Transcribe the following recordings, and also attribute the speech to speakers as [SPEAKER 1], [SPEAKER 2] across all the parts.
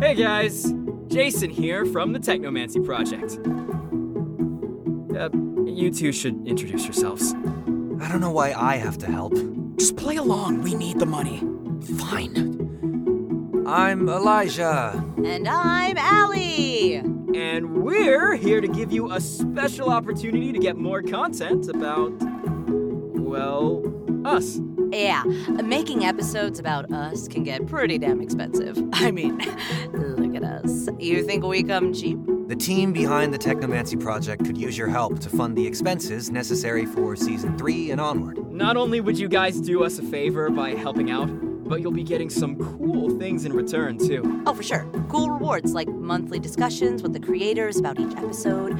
[SPEAKER 1] Hey guys, Jason here from the Technomancy Project. Uh, you two should introduce yourselves.
[SPEAKER 2] I don't know why I have to help.
[SPEAKER 3] Just play along. We need the money. Fine.
[SPEAKER 2] I'm Elijah.
[SPEAKER 4] And I'm Allie.
[SPEAKER 1] And we're here to give you a special opportunity to get more content about, well, us.
[SPEAKER 4] Yeah, making episodes about us can get pretty damn expensive. I mean, look at us. You think we come cheap?
[SPEAKER 2] The team behind the Technomancy Project could use your help to fund the expenses necessary for season three and onward.
[SPEAKER 1] Not only would you guys do us a favor by helping out, but you'll be getting some cool things in return, too.
[SPEAKER 4] Oh, for sure. Cool rewards like monthly discussions with the creators about each episode,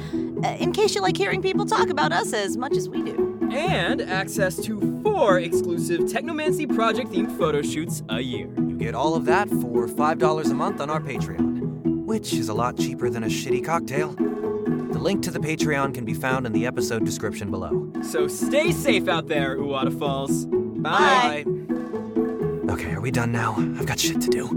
[SPEAKER 4] uh, in case you like hearing people talk about us as much as we do.
[SPEAKER 1] And access to four exclusive Technomancy Project themed photo shoots a year.
[SPEAKER 2] You get all of that for $5 a month on our Patreon, which is a lot cheaper than a shitty cocktail. The link to the Patreon can be found in the episode description below.
[SPEAKER 1] So stay safe out there, Uwata Falls. Bye.
[SPEAKER 4] Bye.
[SPEAKER 2] Okay, are we done now? I've got shit to do.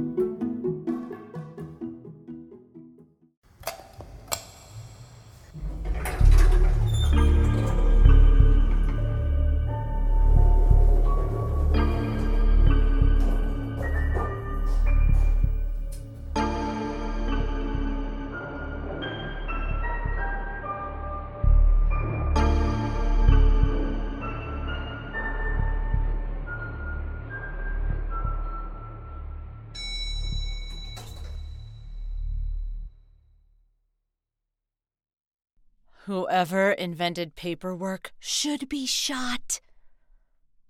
[SPEAKER 4] Whoever invented paperwork should be shot.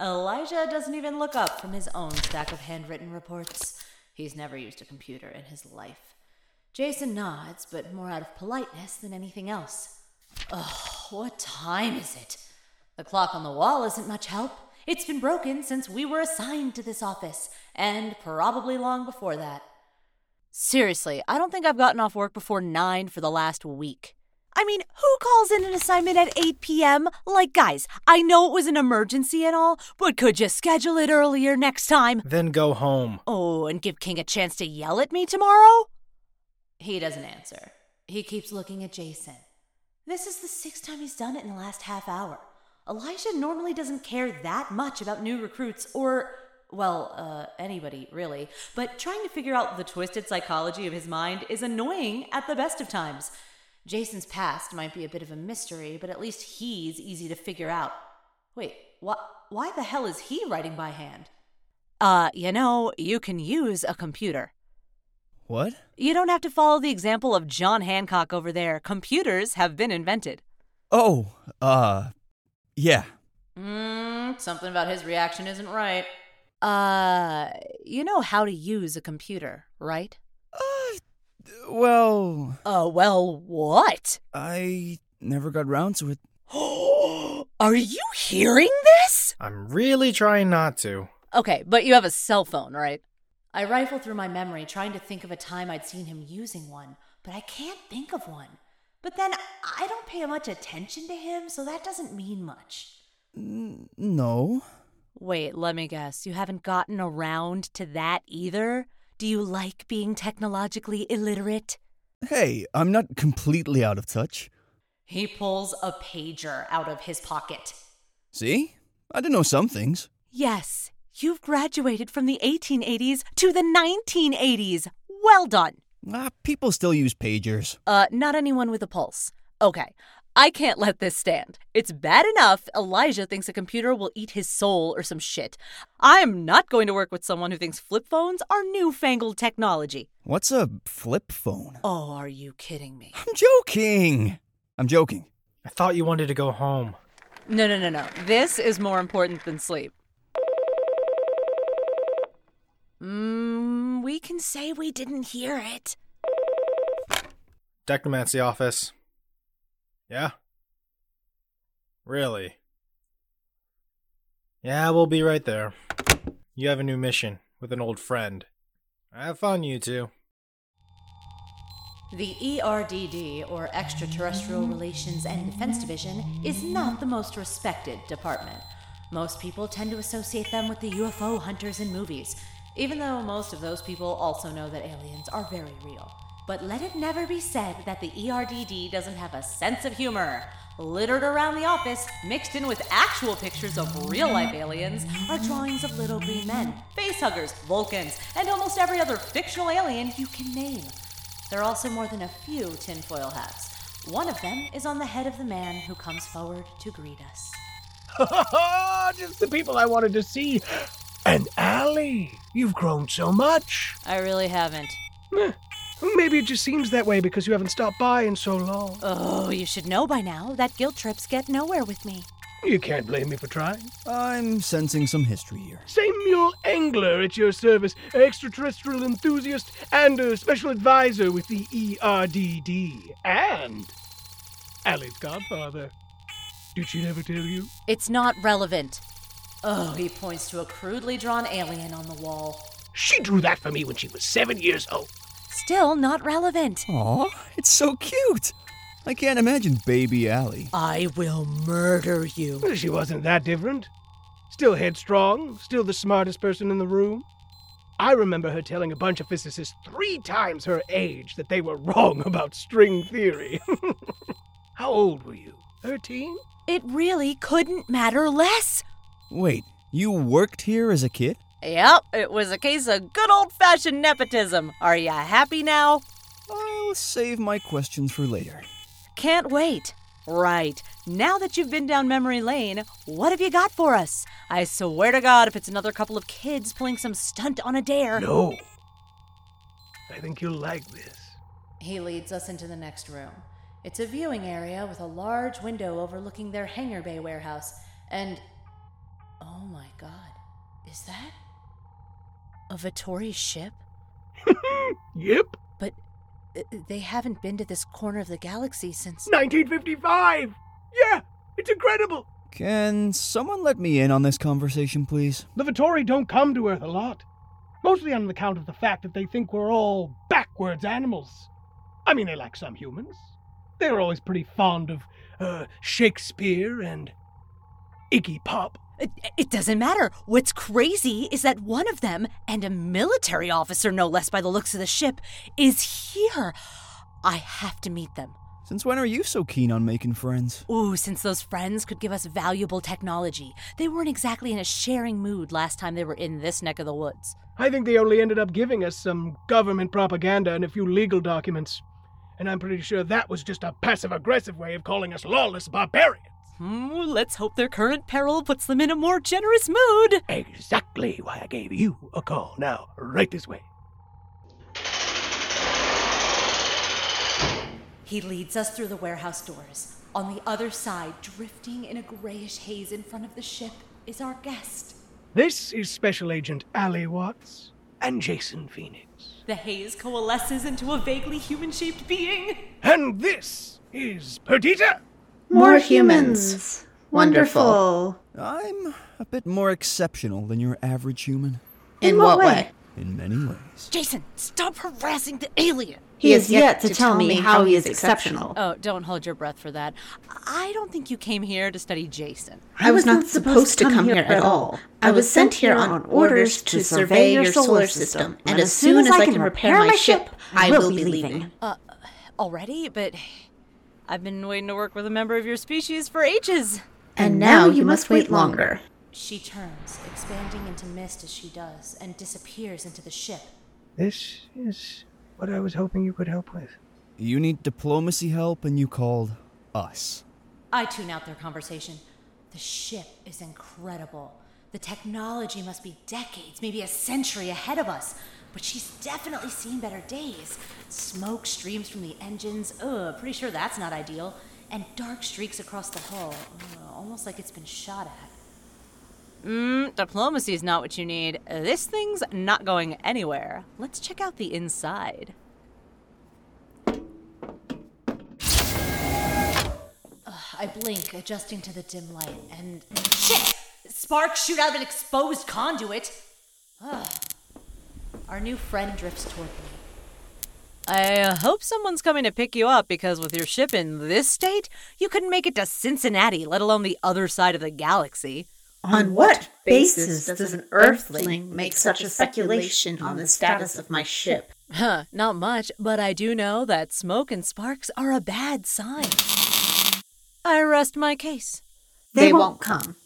[SPEAKER 4] Elijah doesn't even look up from his own stack of handwritten reports. He's never used a computer in his life. Jason nods, but more out of politeness than anything else. Ugh, what time is it? The clock on the wall isn't much help. It's been broken since we were assigned to this office, and probably long before that. Seriously, I don't think I've gotten off work before 9 for the last week. I mean, who calls in an assignment at 8 p.m.? Like, guys, I know it was an emergency and all, but could you schedule it earlier next time?
[SPEAKER 5] Then go home.
[SPEAKER 4] Oh, and give King a chance to yell at me tomorrow? He doesn't answer. He keeps looking at Jason. This is the sixth time he's done it in the last half hour. Elijah normally doesn't care that much about new recruits or, well, uh, anybody, really. But trying to figure out the twisted psychology of his mind is annoying at the best of times. Jason's past might be a bit of a mystery, but at least he's easy to figure out. Wait, wh- why the hell is he writing by hand? Uh, you know, you can use a computer.
[SPEAKER 5] What?
[SPEAKER 4] You don't have to follow the example of John Hancock over there. Computers have been invented.
[SPEAKER 6] Oh, uh, yeah.
[SPEAKER 4] Mmm, something about his reaction isn't right. Uh, you know how to use a computer, right?
[SPEAKER 6] Well,
[SPEAKER 4] Uh, well, what?
[SPEAKER 6] I never got round to it.
[SPEAKER 4] Are you hearing this?
[SPEAKER 5] I'm really trying not to.
[SPEAKER 4] Okay, but you have a cell phone, right? I rifle through my memory trying to think of a time I'd seen him using one, but I can't think of one. But then I don't pay much attention to him, so that doesn't mean much.
[SPEAKER 6] No.
[SPEAKER 4] Wait, let me guess. You haven't gotten around to that either? Do you like being technologically illiterate?
[SPEAKER 6] Hey, I'm not completely out of touch.
[SPEAKER 4] He pulls a pager out of his pocket.
[SPEAKER 6] See? I do know some things.
[SPEAKER 4] Yes, you've graduated from the 1880s to the 1980s. Well done.
[SPEAKER 6] Ah, people still use pagers.
[SPEAKER 4] Uh, not anyone with a pulse. Okay. I can't let this stand. It's bad enough Elijah thinks a computer will eat his soul or some shit. I'm not going to work with someone who thinks flip phones are newfangled technology.
[SPEAKER 6] What's a flip phone?
[SPEAKER 4] Oh, are you kidding me?
[SPEAKER 6] I'm joking. I'm joking.
[SPEAKER 5] I thought you wanted to go home.
[SPEAKER 4] No, no, no, no. This is more important than sleep. Mm, we can say we didn't hear it.
[SPEAKER 5] Technomancy office. Yeah? Really? Yeah, we'll be right there. You have a new mission with an old friend. Have fun, you two.
[SPEAKER 4] The E ERDD, or Extraterrestrial Relations and Defense Division, is not the most respected department. Most people tend to associate them with the UFO hunters in movies, Even though most of those people also know that aliens are very real. But let it never be said that the E ERDD doesn't have a sense of humor. Littered around the office, mixed in with actual pictures of real life aliens, are drawings of little green men, facehuggers, Vulcans, and almost every other fictional alien you can name. There are also more than a few tinfoil hats. One of them is on the head of the man who comes forward to greet us.
[SPEAKER 7] Just the people I wanted to see. And Allie, you've grown so much.
[SPEAKER 4] I really haven't.
[SPEAKER 7] Maybe it just seems that way because you haven't stopped by in so long.
[SPEAKER 4] Oh, you should know by now that guilt trips get nowhere with me.
[SPEAKER 7] You can't blame me for trying.
[SPEAKER 6] I'm sensing some history here.
[SPEAKER 7] Samuel Engler at your service, extraterrestrial enthusiast and a special advisor with the E ERDD. And Allie's godfather. Did she never tell you?
[SPEAKER 4] It's not relevant. Oh, he points to a crudely drawn alien on the wall.
[SPEAKER 7] She drew that for me when she was seven years old.
[SPEAKER 4] Still not relevant.
[SPEAKER 6] Aw, it's so cute. I can't imagine Baby Allie.
[SPEAKER 4] Ah.
[SPEAKER 3] I will murder you.
[SPEAKER 7] Well, She wasn't that different. Still headstrong, still the smartest person in the room. I remember her telling a bunch of physicists three times her age that they were wrong about string theory. How old were you? 13?
[SPEAKER 4] It really couldn't matter less.
[SPEAKER 6] Wait, you worked here as a kid?
[SPEAKER 4] Yep, it was a case of good old fashioned nepotism. Are you happy now?
[SPEAKER 6] I'll save my questions for later.
[SPEAKER 4] Can't wait. Right. Now that you've been down memory lane, what have you got for us? I swear to God, if it's another couple of kids pulling some stunt on a dare.
[SPEAKER 7] No. I think you'll like this.
[SPEAKER 4] He leads us into the next room. It's a viewing area with a large window overlooking their hangar bay warehouse, and. Oh my god. Is that. a Vittori ship?
[SPEAKER 7] Yep,
[SPEAKER 4] But uh, they haven't been to this corner of the galaxy since.
[SPEAKER 7] 1955! Yeah, it's incredible!
[SPEAKER 6] Can someone let me in on this conversation, please?
[SPEAKER 7] The Vittori don't come to Earth a lot. Mostly on account of the fact that they think we're all backwards animals. I mean, they like some humans. They were always pretty fond of uh, Shakespeare and Iggy Pop.
[SPEAKER 4] It, it doesn't matter. What's crazy is that one of them, and a military officer no less by the looks of the ship, is here. I have to meet them.
[SPEAKER 6] Since when are you so keen on making friends?
[SPEAKER 4] Ooh, since those friends could give us valuable technology. They weren't exactly in a sharing mood last time they were in this neck of the woods.
[SPEAKER 7] I think they only ended up giving us some government propaganda and a few legal documents. And I'm pretty sure that was just a passive aggressive way of calling us lawless barbarians.
[SPEAKER 4] Hmm, let's hope their current peril puts them in a more generous mood.
[SPEAKER 7] Exactly why I gave you a call. Now, right this way.
[SPEAKER 4] He leads us through the warehouse doors. On the other side, drifting in a grayish haze in front of the ship, is our guest.
[SPEAKER 7] This is Special Agent Ali Watts and Jason Phoenix.
[SPEAKER 4] The haze coalesces into a vaguely human shaped being.
[SPEAKER 7] And this is Perdita.
[SPEAKER 8] More humans. Wonderful.
[SPEAKER 6] I'm a bit more exceptional than your average human
[SPEAKER 8] In what way?
[SPEAKER 6] in many ways.
[SPEAKER 4] Jason, stop harassing the alien!
[SPEAKER 8] He has yet to tell me how he is exceptional.
[SPEAKER 4] Oh, don't hold your breath for that. I don't think you came here to study Jason.
[SPEAKER 8] I was not supposed to come here at all. I was sent here on orders to survey your solar system, and as soon as I can repair my ship, I will be leaving.
[SPEAKER 4] Uh, Already, but I've been waiting to work with a member of your species for ages.
[SPEAKER 8] And now you must wait longer.
[SPEAKER 4] She turns, expanding into mist as she does, and disappears into the ship.
[SPEAKER 7] This is what I was hoping you could help with.
[SPEAKER 6] You need diplomacy help and you called us.
[SPEAKER 4] I tune out their conversation. The ship is incredible. The technology must be decades, maybe a century ahead of us. But she's definitely seen better days. Smoke streams from the engines. Ugh, pretty sure that's not ideal. And dark streaks across the hull, Ugh, almost like it's been shot at. Mmm, diplomacy is not what you need. This thing's not going anywhere. Let's check out the inside. I blink, adjusting to the dim light, and shit! Sparks shoot out of an exposed conduit. Ugh. Our new friend drifts toward me. I uh, hope someone's coming to pick you up because with your ship in this state, you couldn't make it to Cincinnati, let alone the other side of the galaxy.
[SPEAKER 8] On what basis does an Earthling make such a speculation on the status of my ship?
[SPEAKER 4] Huh, not much, but I do know that smoke and sparks are a bad sign. I rest my case.
[SPEAKER 8] They won't come.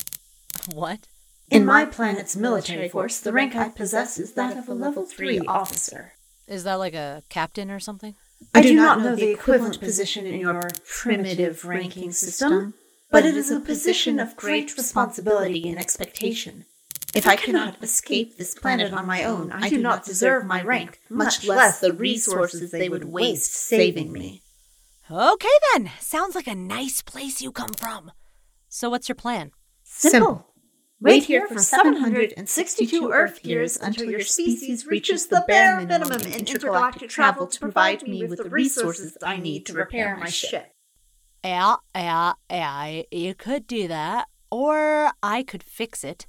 [SPEAKER 4] What?
[SPEAKER 8] In my planet's military force, the rank I possess is that of a level 3 officer.
[SPEAKER 4] Is that like a captain or something?
[SPEAKER 8] I do not know the equivalent position in your primitive ranking system, but it is a position of great responsibility and expectation. If I cannot escape this planet on my own, I do not deserve my rank, much less the resources they would waste saving me.
[SPEAKER 4] Okay then, sounds like a nice place you come from. So, what's your plan?
[SPEAKER 8] Simple. Wait here for 762 Earth years until your species reaches the bare minimum in intergalactic travel to provide me with the resources I need to repair my ship.
[SPEAKER 4] Yeah, yeah, yeah, you could do that, or I could fix it.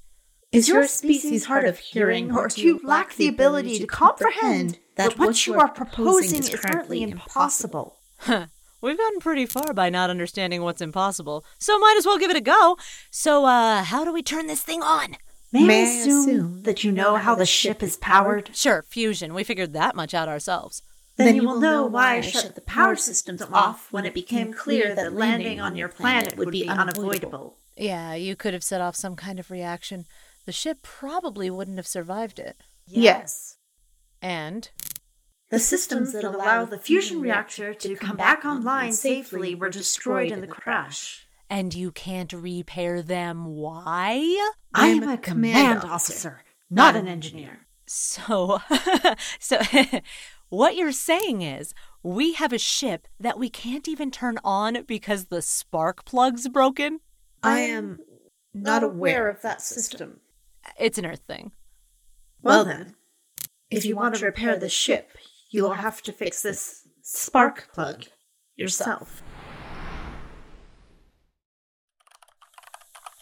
[SPEAKER 8] Is your species hard of hearing, or do you lack the ability to comprehend that what you are proposing is currently impossible?
[SPEAKER 4] Huh. We've gotten pretty far by not understanding what's impossible, so might as well give it a go. So, uh, how do we turn this thing on?
[SPEAKER 8] May I assume that you know how the ship is powered?
[SPEAKER 4] Sure, fusion. We figured that much out ourselves.
[SPEAKER 8] Then you will know why I shut the power systems off when it became clear that landing on your planet would be unavoidable.
[SPEAKER 4] Yeah, you could have set off some kind of reaction. The ship probably wouldn't have survived it.
[SPEAKER 8] Yes.
[SPEAKER 4] And
[SPEAKER 8] The systems that allow the fusion reactor to come back online safely were destroyed in the crash.
[SPEAKER 4] and you can't repair them. Why?
[SPEAKER 8] I am a command officer, not an engineer.
[SPEAKER 4] So, so what you're saying is we have a ship that we can't even turn on because the spark plug's broken?
[SPEAKER 8] I am not aware of that system.
[SPEAKER 4] It's an Earth thing.
[SPEAKER 8] Well then, if you want to repair the ship, you'll have to fix this spark plug yourself.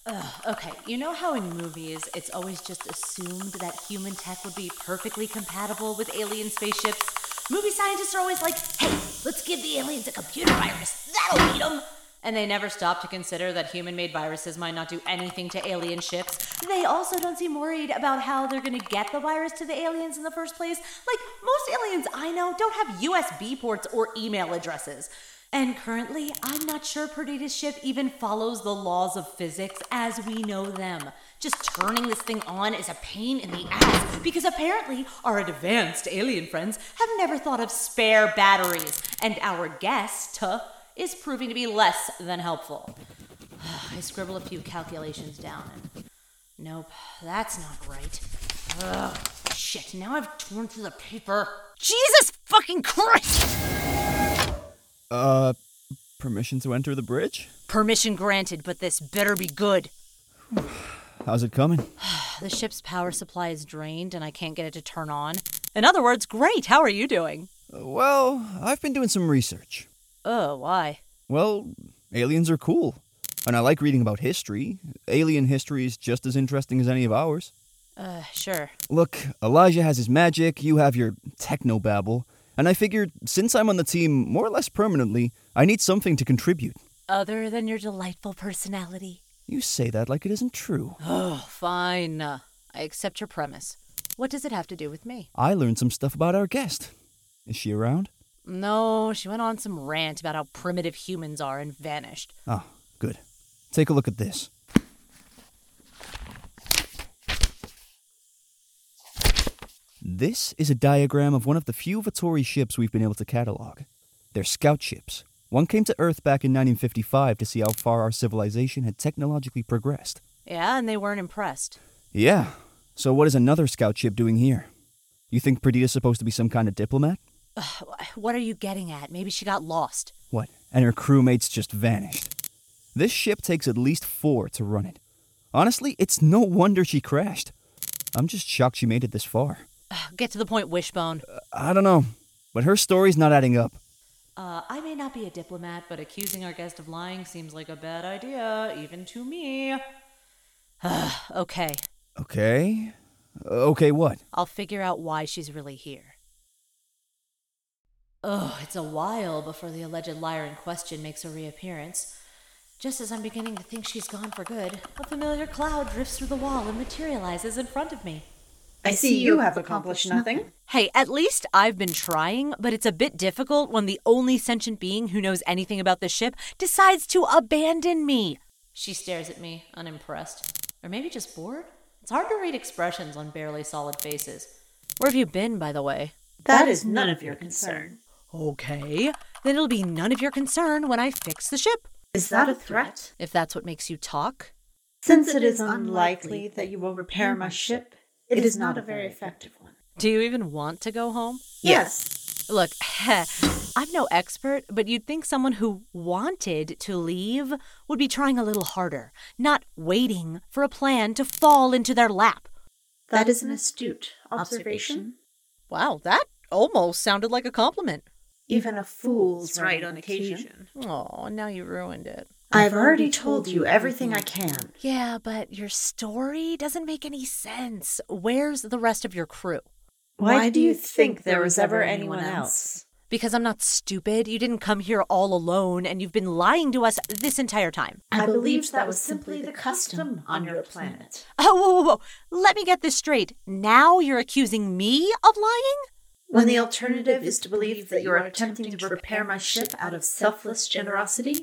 [SPEAKER 4] Ugh, okay, you know how in movies it's always just assumed that human tech would be perfectly compatible with alien spaceships? Movie scientists are always like, hey, let's give the aliens a computer virus. That'll beat them. And they never stop to consider that human made viruses might not do anything to alien ships. They also don't seem worried about how they're gonna get the virus to the aliens in the first place. Like, most aliens I know don't have USB ports or email addresses. And currently, I'm not sure Perdita's ship even follows the laws of physics as we know them. Just turning this thing on is a pain in the ass because apparently our advanced alien friends have never thought of spare batteries, and our guest uh, is proving to be less than helpful. I scribble a few calculations down and. Nope, that's not right. Ugh, shit, now I've torn through the paper. Jesus fucking Christ!
[SPEAKER 6] Uh, permission to enter the bridge?
[SPEAKER 4] Permission granted, but this better be good.
[SPEAKER 6] How's it coming?
[SPEAKER 4] The ship's power supply is drained and I can't get it to turn on. In other words, great, how are you doing?
[SPEAKER 6] Uh, Well, I've been doing some research.
[SPEAKER 4] Oh, why?
[SPEAKER 6] Well, aliens are cool. And I like reading about history. Alien history is just as interesting as any of ours.
[SPEAKER 4] Uh, sure.
[SPEAKER 6] Look, Elijah has his magic, you have your techno babble, and I figured since I'm on the team more or less permanently, I need something to contribute.
[SPEAKER 4] Other than your delightful personality.
[SPEAKER 6] You say that like it isn't true.
[SPEAKER 4] Oh, fine. I accept your premise. What does it have to do with me?
[SPEAKER 6] I learned some stuff about our guest. Is she around?
[SPEAKER 4] No, she went on some rant about how primitive humans are and vanished.
[SPEAKER 6] Ah, good. Take a look at this. This is a diagram of one of the few Vittori ships we've been able to catalog. They're scout ships. One came to Earth back in 1955 to see how far our civilization had technologically progressed.
[SPEAKER 4] Yeah, and they weren't impressed.
[SPEAKER 6] Yeah. So what is another scout ship doing here? You think Perdita's supposed to be some kind of diplomat?
[SPEAKER 4] Ugh, what are you getting at? Maybe she got lost.
[SPEAKER 6] What? And her crewmates just vanished. This ship takes at least four to run it. Honestly, it's no wonder she crashed. I'm just shocked she made it this far. Uh,
[SPEAKER 4] Ugh, get to the point, Wishbone.
[SPEAKER 6] I don't know, but her story's not adding up.
[SPEAKER 4] Uh, I may not be a diplomat, but accusing our guest of lying seems like a bad idea, even to me. Ugh, okay,
[SPEAKER 6] Okay. Uh, Okay, what?
[SPEAKER 4] I'll figure out why she's really here. Oh, it's a while before the alleged liar in question makes a reappearance. Just as I'm beginning to think she's gone for good, a familiar cloud drifts through the wall and materializes in front of me.
[SPEAKER 8] I see you have accomplished nothing.
[SPEAKER 4] Hey, at least I've been trying, but it's a bit difficult when the only sentient being who knows anything about the ship decides to abandon me. She stares at me, unimpressed. Or maybe just bored? It's hard to read expressions on barely solid faces. Where have you been, by the way?
[SPEAKER 8] That is none of your concern.
[SPEAKER 4] Okay, then it'll be none of your concern when I fix the ship.
[SPEAKER 8] Is that a threat?
[SPEAKER 4] If that's what makes you talk.
[SPEAKER 8] Since it is unlikely that you will repair my ship, it is not a very effective one.
[SPEAKER 4] Do you even want to go home?
[SPEAKER 8] Yes,
[SPEAKER 4] Look, I'm no expert, but you'd think someone who wanted to leave would be trying a little harder, not waiting for a plan to fall into their lap.
[SPEAKER 8] that is an astute observation.
[SPEAKER 4] Wow, that almost sounded like a compliment.
[SPEAKER 8] Even a fool's right on occasion.
[SPEAKER 4] Oh, now you ruined it.
[SPEAKER 8] I have already told you everything I can.
[SPEAKER 4] Yeah, but your story doesn't make any sense. Where's the rest of your crew?
[SPEAKER 8] Why do you think there was ever anyone else?
[SPEAKER 4] Because I'm not stupid. You didn't come here all alone, and you've been lying to us this entire time.
[SPEAKER 8] I believed that was simply the custom on your planet.
[SPEAKER 4] Oh, whoa, whoa, whoa. Let me get this straight. Now you're accusing me of lying?
[SPEAKER 8] When the alternative is to believe that you are attempting to repair my ship out of selfless generosity?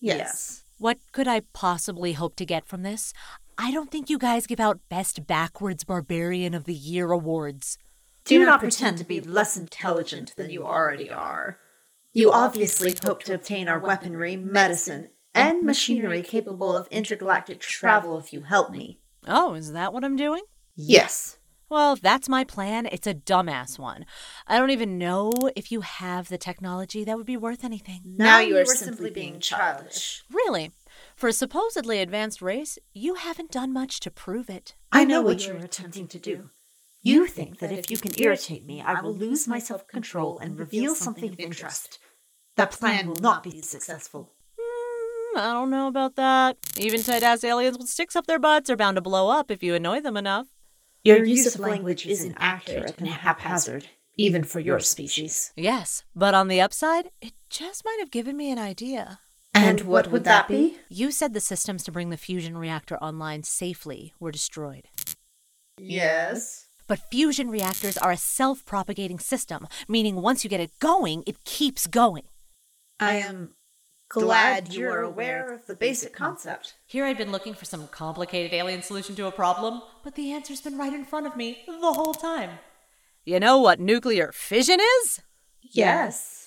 [SPEAKER 8] Yes.
[SPEAKER 4] What could I possibly hope to get from this? I don't think you guys give out Best Backwards Barbarian of the Year awards.
[SPEAKER 8] Do not pretend to be less intelligent than you already are. You obviously hope to obtain our weaponry, medicine, and machinery capable of intergalactic travel if you help me.
[SPEAKER 4] Oh, is that what I'm doing?
[SPEAKER 8] Yes.
[SPEAKER 4] Well, if that's my plan, it's a dumbass one. I don't even know if you have the technology that would be worth anything.
[SPEAKER 8] Now you are simply being childish.
[SPEAKER 4] Really? For a supposedly advanced race, you haven't done much to prove it.
[SPEAKER 8] I know what you are attempting to do. You think that if you can irritate me, I will lose my self control and reveal something of interest. That plan will not be successful.
[SPEAKER 4] Mm, I don't know about that. Even tight ass aliens with sticks up their butts are bound to blow up if you annoy them enough.
[SPEAKER 8] Your use of language is inaccurate and haphazard, even for your species.
[SPEAKER 4] Yes, but on the upside, it just might have given me an idea.
[SPEAKER 8] And what would that be?
[SPEAKER 4] You said the systems to bring the fusion reactor online safely were destroyed.
[SPEAKER 8] Yes.
[SPEAKER 4] But fusion reactors are a self propagating system, meaning once you get it going, it keeps going.
[SPEAKER 8] I am glad you are aware of the basic concept.
[SPEAKER 4] Here I'd been looking for some complicated alien solution to a problem, but the answer's been right in front of me the whole time. You know what nuclear fission is?
[SPEAKER 8] Yes.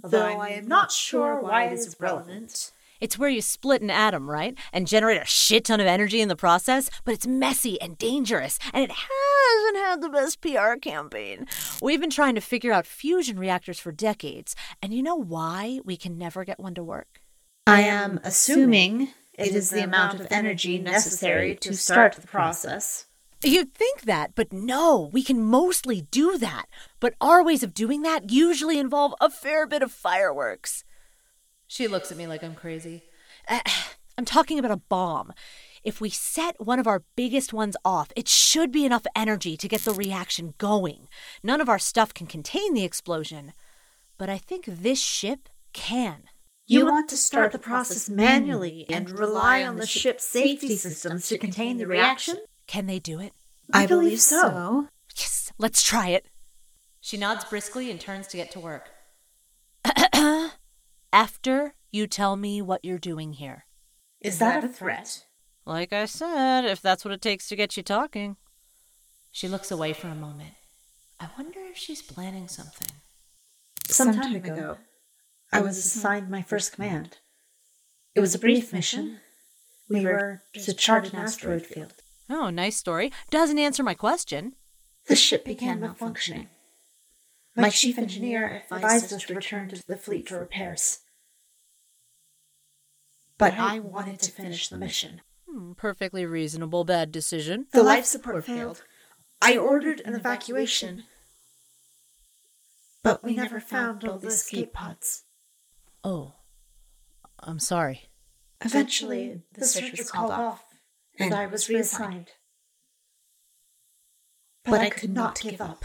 [SPEAKER 8] Though I am not sure why it is relevant.
[SPEAKER 4] It's where you split an atom, right? And generate a shit ton of energy in the process, but it's messy and dangerous, and it hasn't had the best PR campaign. We've been trying to figure out fusion reactors for decades, and you know why we can never get one to work?
[SPEAKER 8] I am assuming it is the amount of energy necessary to start the process.
[SPEAKER 4] You'd think that, but no, we can mostly do that. But our ways of doing that usually involve a fair bit of fireworks. She looks at me like I'm crazy. Uh, I'm talking about a bomb. If we set one of our biggest ones off, it should be enough energy to get the reaction going. None of our stuff can contain the explosion. But I think this ship can.
[SPEAKER 8] You want to start the process manually and rely on the ship's safety systems to contain the reaction?
[SPEAKER 4] Can they do it?
[SPEAKER 8] I believe so.
[SPEAKER 4] Yes, let's try it. She nods briskly and turns to get to work. After you tell me what you're doing here.
[SPEAKER 8] Is that a threat?
[SPEAKER 4] Like I said, if that's what it takes to get you talking. She looks away for a moment. I wonder if she's planning something.
[SPEAKER 8] Some time ago, I was assigned my first command. It was a brief mission. We were to chart an asteroid field.
[SPEAKER 4] Oh, nice story. Doesn't answer my question.
[SPEAKER 8] The ship began malfunctioning. My chief engineer advised us to return to the fleet for repairs. But I wanted to finish the mission.
[SPEAKER 4] Hmm, perfectly reasonable bad decision.
[SPEAKER 8] The life support failed. I ordered an evacuation. But we never found all the escape pods.
[SPEAKER 4] Oh, I'm sorry.
[SPEAKER 8] Eventually, the search was called off, and I was reassigned. But I could not give up.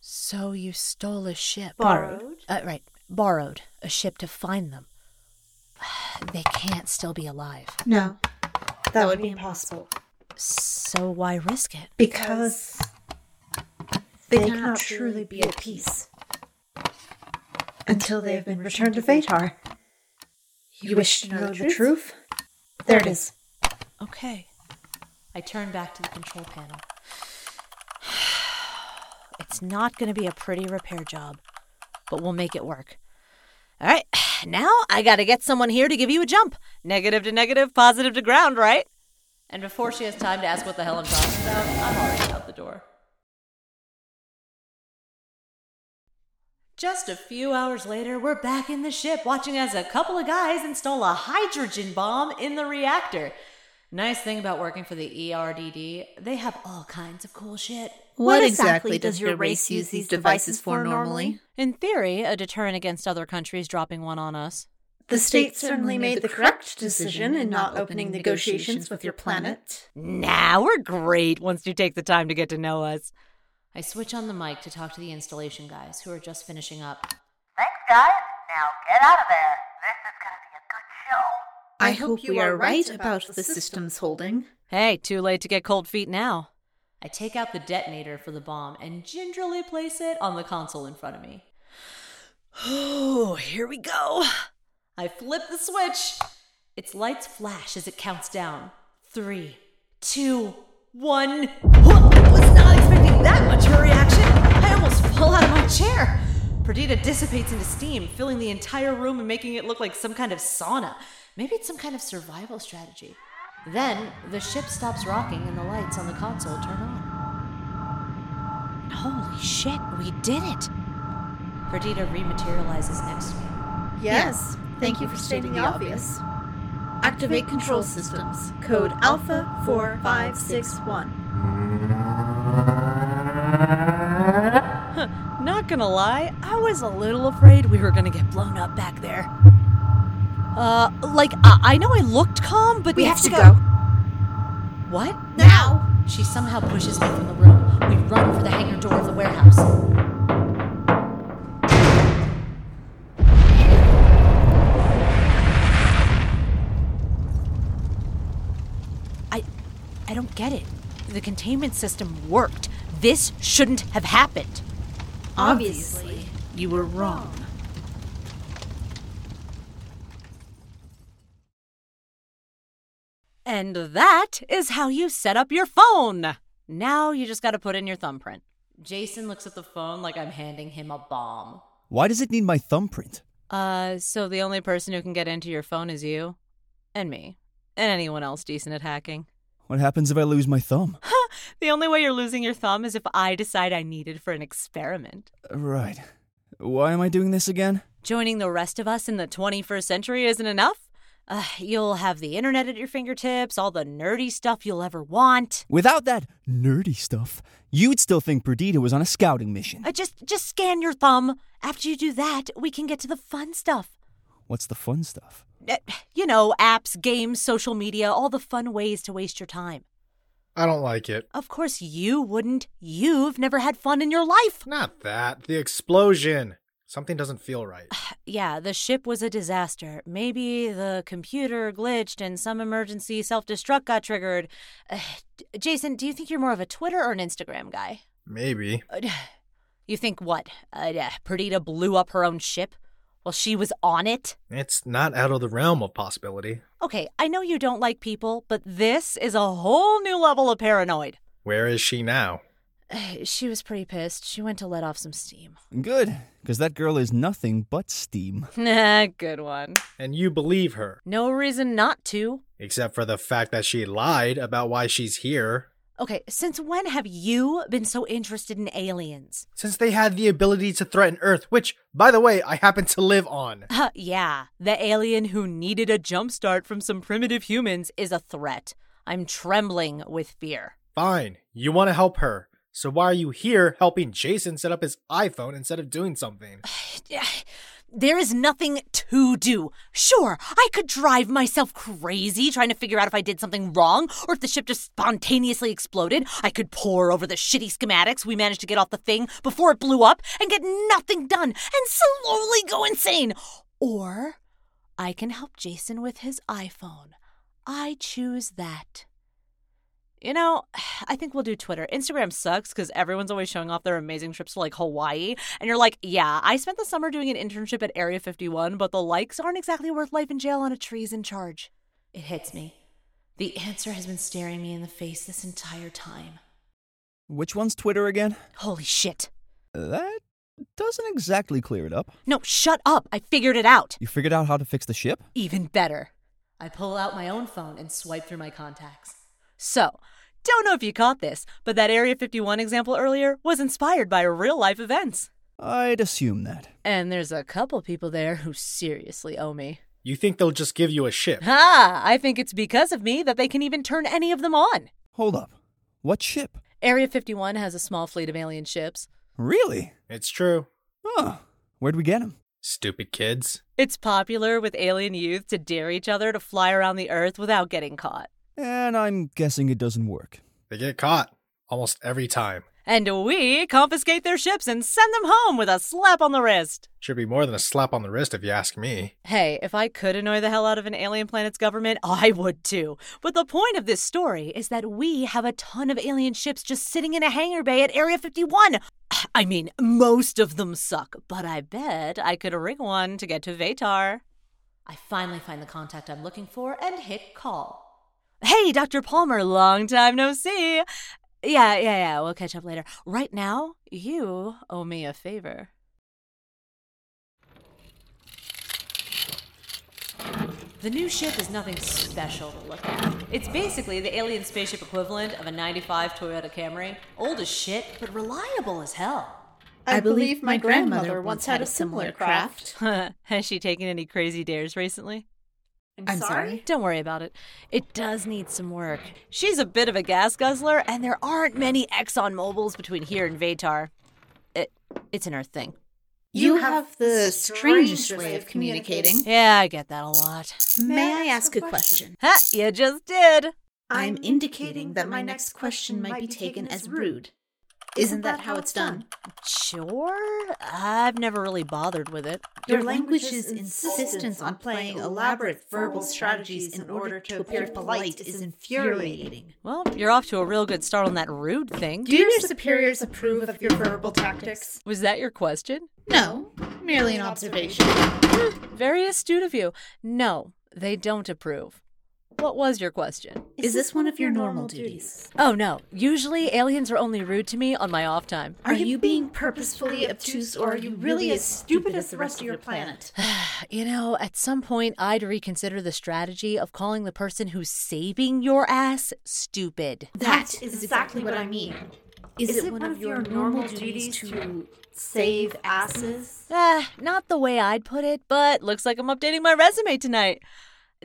[SPEAKER 4] So you stole a ship.
[SPEAKER 8] Borrowed?
[SPEAKER 4] Uh, right, borrowed a ship to find them. They can't still be alive.
[SPEAKER 8] No, that would be impossible.
[SPEAKER 4] So why risk it?
[SPEAKER 8] Because they cannot truly be at peace until they have been returned to Vatar. You wish to know the truth? There it is.
[SPEAKER 4] Okay. I turn back to the control panel. It's not going to be a pretty repair job, but we'll make it work. All right, now I got to get someone here to give you a jump. Negative to negative, positive to ground, right? And before she has time to ask what the hell I'm talking about, I'm already out the door. Just a few hours later, we're back in the ship watching as a couple of guys install a hydrogen bomb in the reactor. Nice thing about working for the E ERDD, they have all kinds of cool shit.
[SPEAKER 9] What exactly does your race use these devices for normally?
[SPEAKER 4] In theory, a deterrent against other countries dropping one on us.
[SPEAKER 8] The state certainly made the correct decision in not opening negotiations with your planet.
[SPEAKER 4] Nah, we're great once you take the time to get to know us. I switch on the mic to talk to the installation guys who are just finishing up.
[SPEAKER 10] Thanks, guys. Now get out of there. This is gonna be a good show.
[SPEAKER 9] I hope you are right about the systems holding.
[SPEAKER 4] Hey, too late to get cold feet now. I take out the detonator for the bomb and gingerly place it on the console in front of me. Oh, here we go. I flip the switch. Its lights flash as it counts down. Three, two, one. Whoa, I was not expecting that much hurry action. I almost fall out of my chair. Perdita dissipates into steam, filling the entire room and making it look like some kind of sauna. Maybe it's some kind of survival strategy. Then the ship stops rocking and the lights on the console turn on. Holy shit, we did it! Perdita rematerializes next to me.
[SPEAKER 9] Yes, thank you for stating the obvious. Activate control systems.
[SPEAKER 8] Code Alpha 4561.
[SPEAKER 4] Not gonna lie, I was a little afraid we were gonna get blown up back there. Uh, like, I, I know I looked calm, but
[SPEAKER 9] We have to go.
[SPEAKER 4] What?
[SPEAKER 9] Now!
[SPEAKER 4] She somehow pushes me from the room. We run for the hangar door of the warehouse. I I don't get it. The containment system worked. This shouldn't have happened.
[SPEAKER 9] Obviously, you were wrong.
[SPEAKER 4] And that is how you set up your phone. Now you just got to put in your thumbprint. Jason looks at the phone like I'm handing him a bomb.
[SPEAKER 6] Why does it need my thumbprint?
[SPEAKER 4] Uh, so the only person who can get into your phone is you and me and anyone else decent at hacking.
[SPEAKER 6] What happens if I lose my thumb?
[SPEAKER 4] The only way you're losing your thumb is if I decide I need it for an experiment.
[SPEAKER 6] Uh, Right. Why am I doing this again?
[SPEAKER 4] Joining the rest of us in the 21st century isn't enough. Uh, you'll have the internet at your fingertips, all the nerdy stuff you'll ever want.
[SPEAKER 6] Without that nerdy stuff, you'd still think Perdita was on a scouting mission.
[SPEAKER 4] Uh, just just scan your thumb. After you do that, we can get to the fun stuff.
[SPEAKER 6] What's the fun stuff?
[SPEAKER 4] Uh, you know, apps, games, social media, all the fun ways to waste your time.
[SPEAKER 5] I don't like it.
[SPEAKER 4] Of course you wouldn't. You've never had fun in your life.
[SPEAKER 5] Not that. The explosion. Something doesn't feel right.
[SPEAKER 4] Yeah, the ship was a disaster. Maybe the computer glitched and some emergency self destruct got triggered. Uh, D- Jason, do you think you're more of a Twitter or an Instagram guy?
[SPEAKER 5] Maybe.
[SPEAKER 4] Uh, d- you think what? Uh, yeah, Perdita blew up her own ship while she was on it?
[SPEAKER 5] It's not out of the realm of possibility.
[SPEAKER 4] Okay, I know you don't like people, but this is a whole new level of paranoid.
[SPEAKER 5] Where is she now?
[SPEAKER 4] Uh, She was pretty pissed. She went to let off some steam.
[SPEAKER 6] Good, because that girl is nothing but steam.
[SPEAKER 4] Good one.
[SPEAKER 5] And you believe her,
[SPEAKER 4] No reason not to.
[SPEAKER 5] except for the fact that she lied about why she's here.
[SPEAKER 4] Okay, since when have you been so interested in aliens?
[SPEAKER 5] Since they had the ability to threaten Earth, which, by the way, I happen to live on.
[SPEAKER 4] Uh, yeah, the alien who needed a jumpstart from some primitive humans is a threat. I'm trembling with fear.
[SPEAKER 5] Fine, you want to help her. So why are you here helping Jason set up his iPhone instead of doing something?
[SPEAKER 4] There is nothing to do. Sure, I could drive myself crazy trying to figure out if I did something wrong or if the ship just spontaneously exploded. I could pore over the shitty schematics we managed to get off the thing before it blew up and get nothing done and slowly go insane. Or I can help Jason with his iPhone. I choose that. You know, I think we'll do Twitter. Instagram sucks because everyone's always showing off their amazing trips to like Hawaii. And you're like, yeah, I spent the summer doing an internship at Area 51, but the likes aren't exactly worth life in jail on a tree's in charge. It hits me. The answer has been staring me in the face this entire time.
[SPEAKER 6] Which one's Twitter again?
[SPEAKER 4] Holy shit.
[SPEAKER 6] That doesn't exactly clear it up.
[SPEAKER 4] No, shut up. I figured it out.
[SPEAKER 6] You figured out how to fix the ship?
[SPEAKER 4] Even better. I pull out my own phone and swipe through my contacts. So, don't know if you caught this, but that Area 51 example earlier was inspired by real life events.
[SPEAKER 6] I'd assume that.
[SPEAKER 4] And there's a couple people there who seriously owe me.
[SPEAKER 5] You think they'll just give you a ship?
[SPEAKER 4] Ah, I think it's because of me that they can even turn any of them on.
[SPEAKER 6] Hold up. What ship?
[SPEAKER 4] Area 51 has a small fleet of alien ships.
[SPEAKER 6] Really?
[SPEAKER 5] It's true.
[SPEAKER 6] Huh. Where'd we get them?
[SPEAKER 5] Stupid kids.
[SPEAKER 4] It's popular with alien youth to dare each other to fly around the Earth without getting caught.
[SPEAKER 6] And I'm guessing it doesn't work.
[SPEAKER 5] They get caught almost every time.
[SPEAKER 4] And we confiscate their ships and send them home with a slap on the wrist.
[SPEAKER 5] Should be more than a slap on the wrist if you ask me.
[SPEAKER 4] Hey, if I could annoy the hell out of an alien planet's government, I would too. But the point of this story is that we have a ton of alien ships just sitting in a hangar bay at Area 51. I mean, most of them suck, but I bet I could rig one to get to Vatar. I finally find the contact I'm looking for and hit call. Hey, Dr. Palmer, long time no see. Yeah, yeah, yeah. We'll catch up later. Right now, you owe me a favor. The new ship is nothing special to look at. It's basically the alien spaceship equivalent of a 95 Toyota Camry. Old as shit, but reliable as hell.
[SPEAKER 9] I believe my grandmother once had a similar craft.
[SPEAKER 4] Has she taken any crazy dares recently?
[SPEAKER 9] I'm sorry?
[SPEAKER 4] Don't worry about it. It does need some work. She's a bit of a gas guzzler, and there aren't many Exxon Mobils between here and Vatar. It, it's an Earth thing.
[SPEAKER 9] You have the strangest way of communicating.
[SPEAKER 4] Yeah, I get that a lot.
[SPEAKER 9] May I ask a question?
[SPEAKER 4] Ha! You just did.
[SPEAKER 9] I'm indicating that my next question might be taken as rude. Isn't that how it's done?
[SPEAKER 4] Sure. I've never really bothered with it.
[SPEAKER 9] Your language's insistence on playing elaborate verbal strategies in order to appear polite is infuriating.
[SPEAKER 4] Well, you're off to a real good start on that rude thing.
[SPEAKER 9] Do your superiors approve of your verbal tactics?
[SPEAKER 4] Was that your question? Hmm,
[SPEAKER 9] No, merely an observation.
[SPEAKER 4] Very astute of you. No, they don't approve. What was your question?
[SPEAKER 9] Is this one of your normal duties?
[SPEAKER 4] Oh no, usually aliens are only rude to me on my off time.
[SPEAKER 9] Are you being purposefully obtuse or are you really as stupid as the rest of your planet?
[SPEAKER 4] You know, at some point I'd reconsider the strategy of calling the person who's saving your ass stupid.
[SPEAKER 9] That is exactly what I mean. Is it one of your normal duties to save asses?
[SPEAKER 4] Ah, not the way I'd put it, but looks like I'm updating my resume tonight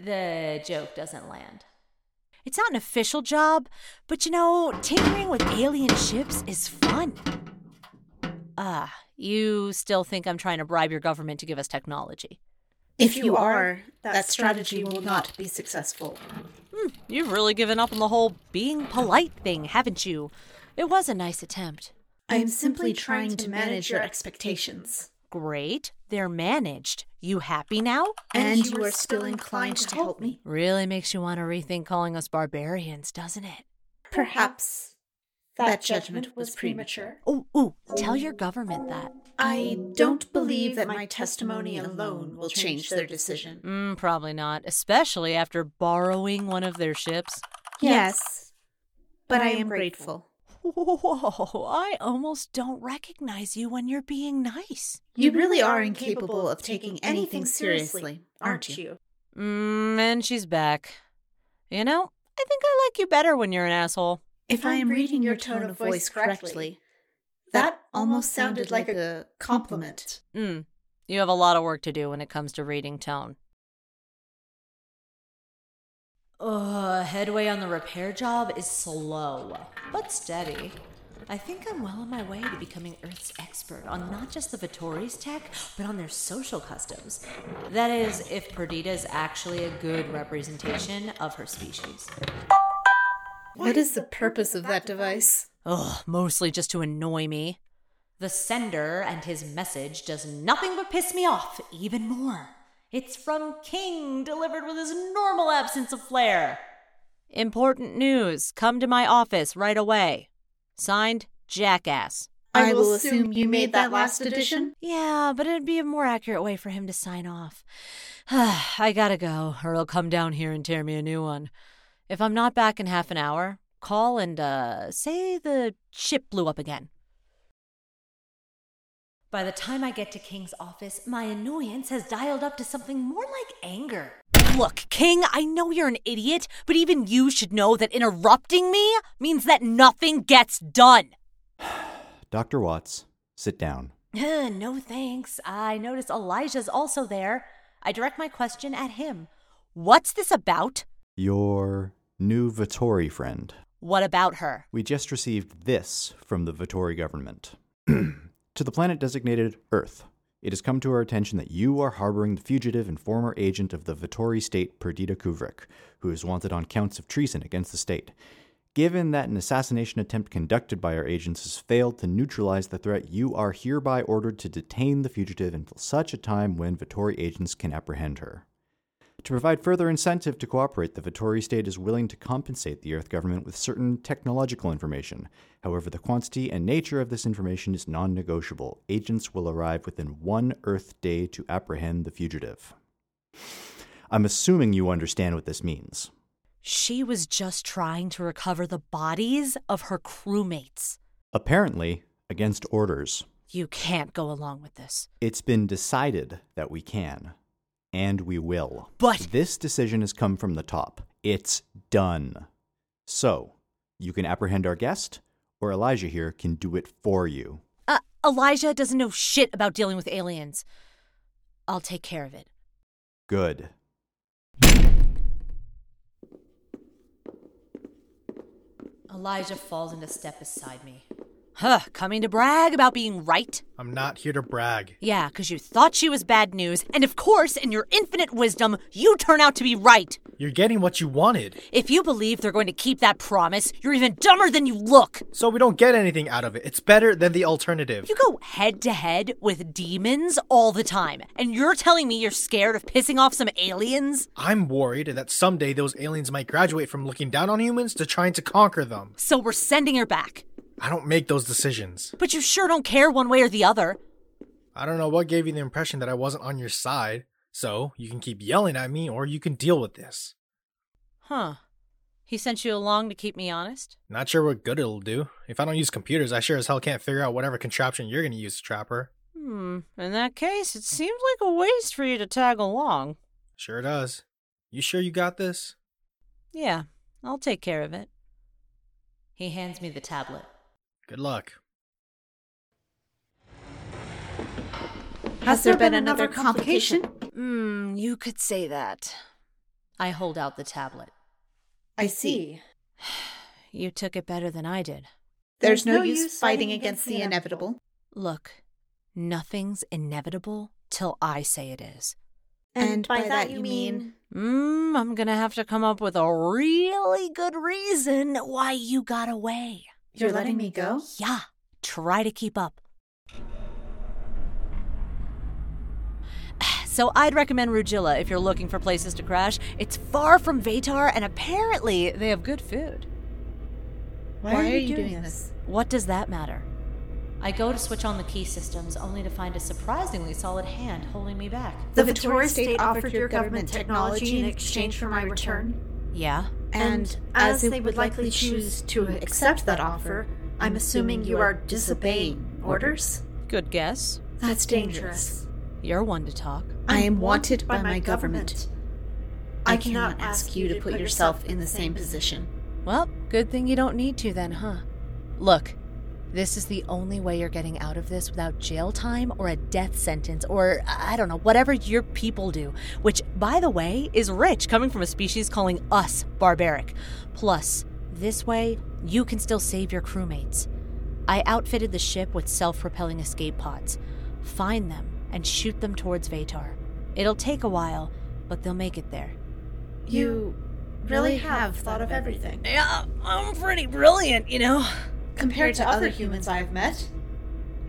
[SPEAKER 4] the joke doesn't land. It's not an official job, but you know, tinkering with alien ships is fun. Ah, you still think I'm trying to bribe your government to give us technology?
[SPEAKER 9] If you are, that strategy will not be successful.
[SPEAKER 4] Hmm, you've really given up on the whole being polite thing, haven't you? It was a nice attempt.
[SPEAKER 9] I am simply trying to manage your expectations.
[SPEAKER 4] Great. They're managed. You happy now?
[SPEAKER 9] And you are still inclined to help me.
[SPEAKER 4] Really makes you want to rethink calling us barbarians, doesn't it?
[SPEAKER 9] Perhaps that judgment was premature.
[SPEAKER 4] Ooh, ooh, tell your government that.
[SPEAKER 9] I don't believe that my testimony alone will change their decision.
[SPEAKER 4] Mm, probably not, especially after borrowing one of their ships.
[SPEAKER 9] Yes, but I am grateful.
[SPEAKER 4] Whoa, I almost don't recognize you when you're being nice.
[SPEAKER 9] You really are incapable of taking anything seriously, aren't you?
[SPEAKER 4] Mm, and she's back. You know, I think I like you better when you're an asshole.
[SPEAKER 9] If I am reading your tone of voice correctly, that almost sounded like a compliment.
[SPEAKER 4] Mm, you have a lot of work to do when it comes to reading tone. Ugh, headway on the repair job is slow, but steady. I think I'm well on my way to becoming Earth's expert on not just the Vittori's tech, but on their social customs. That is, if Perdita is actually a good representation of her species.
[SPEAKER 9] What is the purpose of that device?
[SPEAKER 4] Ugh, mostly just to annoy me. The sender and his message does nothing but piss me off even more. It's from King, delivered with his normal absence of flair. Important news. Come to my office right away. Signed, Jackass.
[SPEAKER 8] I will assume you made that last edition?
[SPEAKER 4] Yeah, but it'd be a more accurate way for him to sign off. I gotta go, or he'll come down here and tear me a new one. If I'm not back in half an hour, call and uh, say the ship blew up again. By the time I get to King's office, my annoyance has dialed up to something more like anger. Look, King, I know you're an idiot, but even you should know that interrupting me means that nothing gets done.
[SPEAKER 11] Dr. Watts, sit down.
[SPEAKER 4] Uh, no thanks. I notice Elijah's also there. I direct my question at him. What's this about?
[SPEAKER 11] Your new Vittori friend.
[SPEAKER 4] What about her?
[SPEAKER 11] We just received this from the Vittori government. to the planet designated Earth, it has come to our attention that you are harboring the fugitive and former agent of the Vittori state, Perdita Kuvrik, who is wanted on counts of treason against the state. Given that an assassination attempt conducted by our agents has failed to neutralize the threat, you are hereby ordered to detain the fugitive until such a time when Vittori agents can apprehend her. To provide further incentive to cooperate, the Vittori state is willing to compensate the Earth government with certain technological information. However, the quantity and nature of this information is non negotiable. Agents will arrive within one Earth day to apprehend the fugitive. I'm assuming you understand what this means.
[SPEAKER 4] She was just trying to recover the bodies of her crewmates.
[SPEAKER 11] Apparently, against orders.
[SPEAKER 4] You can't go along with this.
[SPEAKER 11] It's been decided that we can. And we will.
[SPEAKER 4] But-
[SPEAKER 11] This decision has come from the top. It's done. So, you can apprehend our guest, or Elijah here can do it for you.
[SPEAKER 4] Uh, Elijah doesn't know shit about dealing with aliens. I'll take care of it.
[SPEAKER 11] Good.
[SPEAKER 4] Elijah falls into step beside me. Huh, coming to brag about being right?
[SPEAKER 5] I'm not here to brag.
[SPEAKER 4] Yeah, 'cause you thought she was bad news, and of course, in your infinite wisdom, you turn out to be right.
[SPEAKER 5] You're getting what you wanted,
[SPEAKER 4] If you believe they're going to keep that promise, you're even dumber than you look.
[SPEAKER 5] so we don't get anything out of it. It's better than the alternative.
[SPEAKER 4] You go head to head with demons all the time, and you're telling me you're scared of pissing off some aliens?
[SPEAKER 5] I'm worried that someday those aliens might graduate from looking down on humans to trying to conquer them.
[SPEAKER 4] So we're sending her back.
[SPEAKER 5] I don't make those decisions.
[SPEAKER 4] But you sure don't care one way or the other.
[SPEAKER 5] I don't know what gave you the impression that I wasn't on your side, so you can keep yelling at me or you can deal with this.
[SPEAKER 4] Huh. He sent you along to keep me honest?
[SPEAKER 5] Not sure what good it'll do. If I don't use computers, I sure as hell can't figure out whatever contraption you're gonna use to trap her.
[SPEAKER 4] Hmm. In that case, it seems like a waste for you to tag along.
[SPEAKER 5] Sure does. You sure you got this?
[SPEAKER 4] Yeah, I'll take care of it. He hands me the tablet.
[SPEAKER 5] Good luck.
[SPEAKER 8] Has there been another complication?
[SPEAKER 4] Hmm, you could say that. I hold out the tablet.
[SPEAKER 8] I see.
[SPEAKER 4] You took it better than I did.
[SPEAKER 8] There's no use fighting against the inevitable.
[SPEAKER 4] Look, nothing's inevitable till I say it is.
[SPEAKER 8] And by that you mean.
[SPEAKER 4] Mmm, I'm gonna have to come up with a really good reason why you got away.
[SPEAKER 8] You're letting me go?
[SPEAKER 4] Yeah, try to keep up. So I'd recommend Rugilla if you're looking for places to crash. It's far from Vatar, and apparently they have good food.
[SPEAKER 8] Why are you doing this?
[SPEAKER 4] What does that matter? I go to switch on the key systems only to find a surprisingly solid hand holding me back.
[SPEAKER 8] The Vittori state offered your government technology in exchange for my return,
[SPEAKER 4] Yeah?
[SPEAKER 8] and as they would likely choose to accept that offer, I'm assuming you are disobeying orders?
[SPEAKER 4] Good guess.
[SPEAKER 8] That's dangerous.
[SPEAKER 4] You're one to talk.
[SPEAKER 8] I am wanted by my government. I cannot ask you to put yourself in the same position.
[SPEAKER 4] Well, good thing you don't need to then, huh? Look, this is the only way you're getting out of this without jail time or a death sentence or, I don't know, whatever your people do, which, by the way, is rich coming from a species calling us barbaric. Plus, this way, you can still save your crewmates. I outfitted the ship with self propelling escape pods. Find them and shoot them towards Vatar. It'll take a while, but they'll make it there.
[SPEAKER 8] You really have thought of everything.
[SPEAKER 4] Yeah, I'm pretty brilliant, you know.
[SPEAKER 8] Compared to other humans I've met,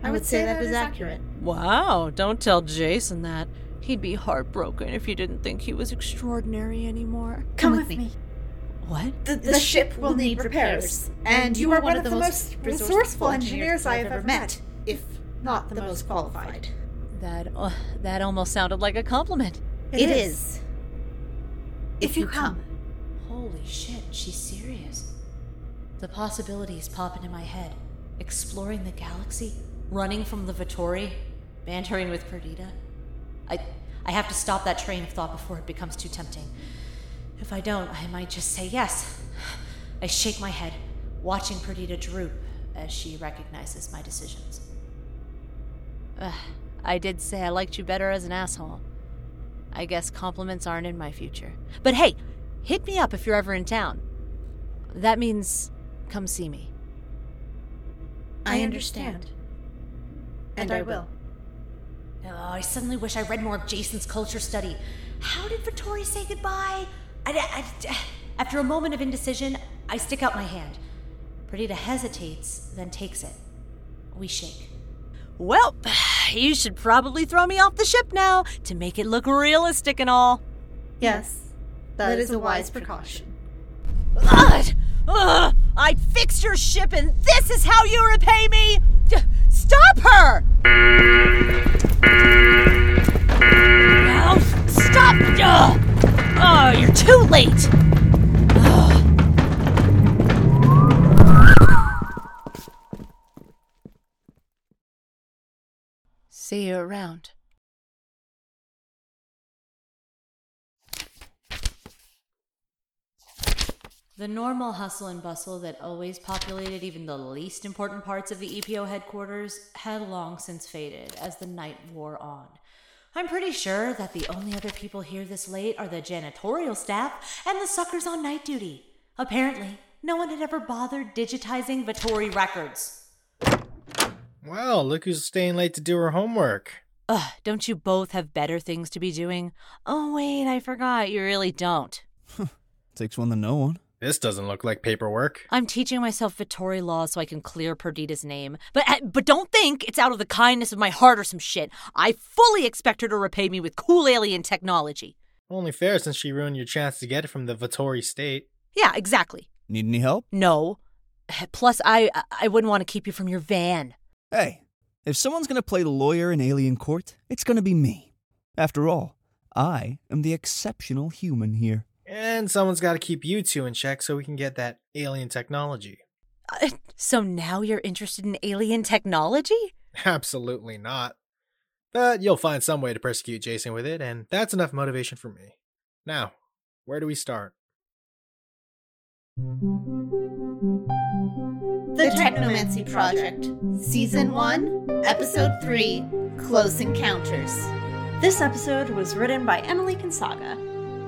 [SPEAKER 8] I would say that is accurate.
[SPEAKER 4] Wow, don't tell Jason that.
[SPEAKER 12] He'd be heartbroken if you didn't think he was extraordinary anymore.
[SPEAKER 9] Come with me.
[SPEAKER 12] What?
[SPEAKER 9] The, the ship will need repairs, and you are one of the most resourceful engineers I have ever met, if not the most qualified.
[SPEAKER 4] That uh, that almost sounded like a compliment.
[SPEAKER 8] It is. If you come.
[SPEAKER 4] Holy shit, she's serious. The possibilities pop into my head. Exploring the galaxy, running from the Vittori, bantering with Perdita. I I have to stop that train of thought before it becomes too tempting. If I don't, I might just say yes. I shake my head, watching Perdita droop as she recognizes my decisions. Ugh, I did say I liked you better as an asshole. I guess compliments aren't in my future. But hey, hit me up if you're ever in town. That means come see me.
[SPEAKER 8] I understand. And I will.
[SPEAKER 4] Oh, I suddenly wish I read more of Jason's culture study. How did Vittori say goodbye? I, I- after a moment of indecision, I stick out my hand. Perdita hesitates, then takes it. We shake. Well, you should probably throw me off the ship now to make it look realistic and all.
[SPEAKER 8] Yes, that is a wise precaution.
[SPEAKER 12] Ugh! Ugh! I fixed your ship and this is how you repay me? D- Stop her!
[SPEAKER 4] No, stop! Ugh! Oh, you're too late! See you around. The normal hustle and bustle that always populated even the least important parts of the EPO headquarters had long since faded as the night wore on. I'm pretty sure that the only other people here this late are the janitorial staff and the suckers on night duty. Apparently, no one had ever bothered digitizing Vittori records.
[SPEAKER 5] Well, look who's staying late to do her homework.
[SPEAKER 4] Ugh, don't you both have better things to be doing? Oh, wait, I forgot. You really don't.
[SPEAKER 6] Takes one to know one.
[SPEAKER 5] This doesn't look like paperwork.
[SPEAKER 4] I'm teaching myself Vittori law so I can clear Perdita's name. But uh, but don't think it's out of the kindness of my heart or some shit. I fully expect her to repay me with cool alien technology.
[SPEAKER 5] Only fair since she ruined your chance to get it from the Vittori state.
[SPEAKER 4] Yeah, exactly.
[SPEAKER 6] Need any help?
[SPEAKER 4] No. Plus, I uh, I wouldn't want to keep you from your van.
[SPEAKER 6] Hey, if someone's gonna play the lawyer in Alien Court, it's gonna be me. After all, I am the exceptional human here.
[SPEAKER 5] And someone's got to keep you two in check so we can get that alien technology.
[SPEAKER 4] Uh, so now you're interested in alien technology?
[SPEAKER 5] Absolutely not. But you'll find some way to persecute Jason with it, and that's enough motivation for me. Now, where do we start?
[SPEAKER 8] The Technomancy Project, Season 1, Episode 3 Close Encounters.
[SPEAKER 9] This episode was written by Emily Kinsaga.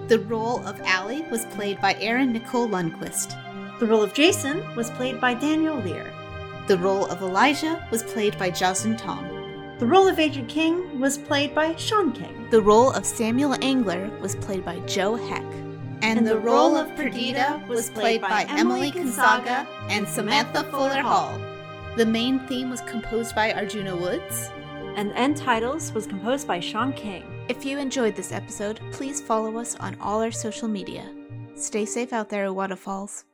[SPEAKER 8] The role of Allie was played by Aaron Nicole Lundquist.
[SPEAKER 9] The role of Jason was played by Daniel Lear.
[SPEAKER 8] The role of Elijah was played by Jocelyn Tom.
[SPEAKER 9] The role of Agent King was played by Sean King.
[SPEAKER 8] The role of Samuel Angler was played by Joe Heck. And, the, role of Perdita was played by Emily Gonzaga and Samantha Fuller Hall. The main theme was composed by Arjuna Woods.
[SPEAKER 13] and End Titles was composed by Sean King.
[SPEAKER 8] If you enjoyed this episode, please follow us on all our social media. Stay safe out there, Waterfalls.